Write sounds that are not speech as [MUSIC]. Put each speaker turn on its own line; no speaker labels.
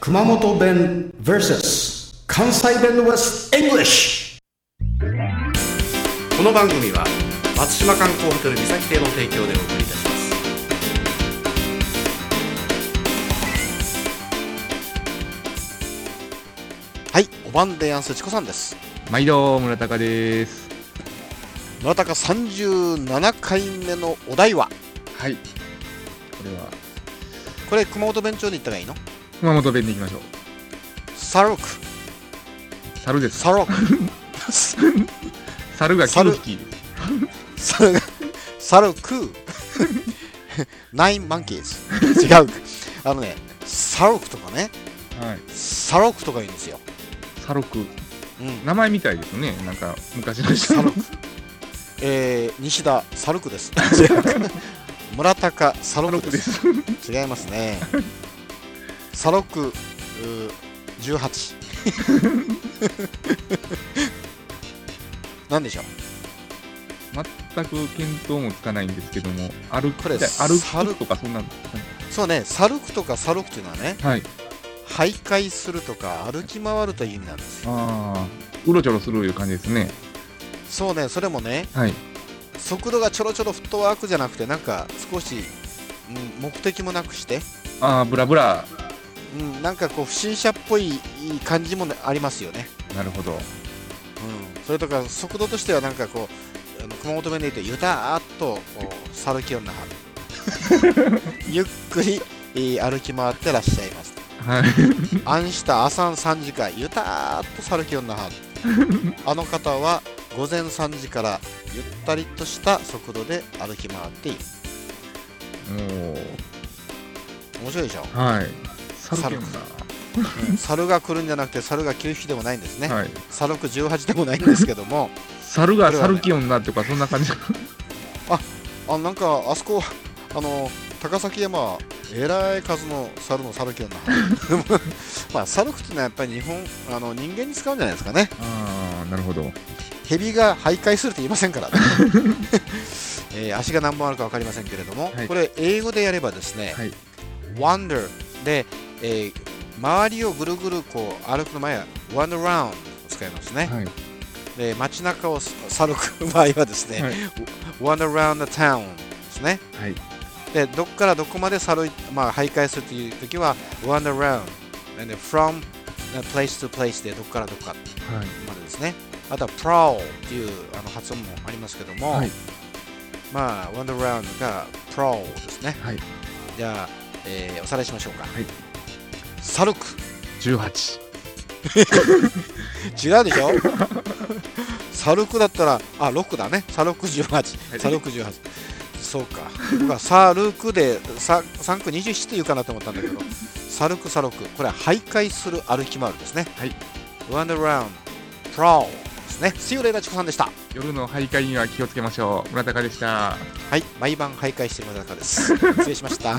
熊本弁 vs 関西弁 vs English
この番組は松島観光ホテル三崎邸の提供でお送りいたしますはいおばんでやんすちこさんです
毎度村高です
村高37回目のお題は
はいこれは
これ熊本弁長で言ったらいいの
熊本弁でいきましょう
サロク
猿です
サロク
猿が9匹
サロサロクナインマンキーズ違うあのねサロクとかね
はい
サロクとか言うんですよ、
サロク
うん、
名前みたいですねなんか昔の人
サ
の
ロえー、西田サルクです。村高サロ
サロ
ク
ク
で。
ですす
違いますね。サロクうー18。なんでしょう
全く見当もつかないんですけども歩く
これサ
歩
ロ
くとかそんなん
そうね、サルクとかサロクというのはね、
はい
徘徊するとか歩き回るという意味なんですよ。
ああうろちょろするいう感じですね
そうね、それもね、
はい
速度がちょろちょろフットワークじゃなくて、なんか少し、うん、目的もなくして、
ああブラブラ
うん、なんかこう不審者っぽい感じもありますよね。
なるほど
うん、それとか速度としてはなんかこうあの熊本弁で言うとゆたーっとこう去る気をなはるゆっくり、えー歩き回ってらっしゃいます
はい
安した朝3時からゆたーっと去る気をなはるあの方は午前3時からゆったりとした速度で歩き回っている
もう
面白いでしょ、
はい猿犬
うん猿が来るんじゃなくて猿が9匹でもないんですね、
だはい
猿く18でもないんですけども
猿が
これはね
猿キ女とかそんな
[LAUGHS]
感じ
あなんかあそこあの高崎山えらい数の猿の猿けどな [LAUGHS] まあ猿ってのはやっぱり日本あの人間に使うんじゃないですかね
ああなるほど
蛇が徘徊するって言いませんからね、 [LAUGHS] えー足が何本あるか分かりませんけれども、
はい
これ英語でやればですね、
はい
wander で、えー周りをぐるぐるこう歩くの前は wander round 使いますね、
はい
で街中を [LAUGHS] 猿く場合はですね、
はい
wander round the town ですね
はい
でどこからどこまでさい、まあ、徘徊するという時は wander around and then from place to place でどこからどこか
はい
までですねあとは prowl っていうあの発音もありますけども、
はい
まあ wander around が prowl ですね
はい
じゃあ、えーおさらいしましょうか、
はい
サルク
18
違うでしょサルクだったらあロックだねサルク18
はい
サルク18そうか僕はサルクでササンク21って言うかなと思ったんだけどサルクサルクこれは徘徊する歩き回るですね
はい
Run around prowl ですね See you later チコさんでした
夜の徘徊には気をつけましょう村高でした
はい毎晩徘徊している中です失礼しました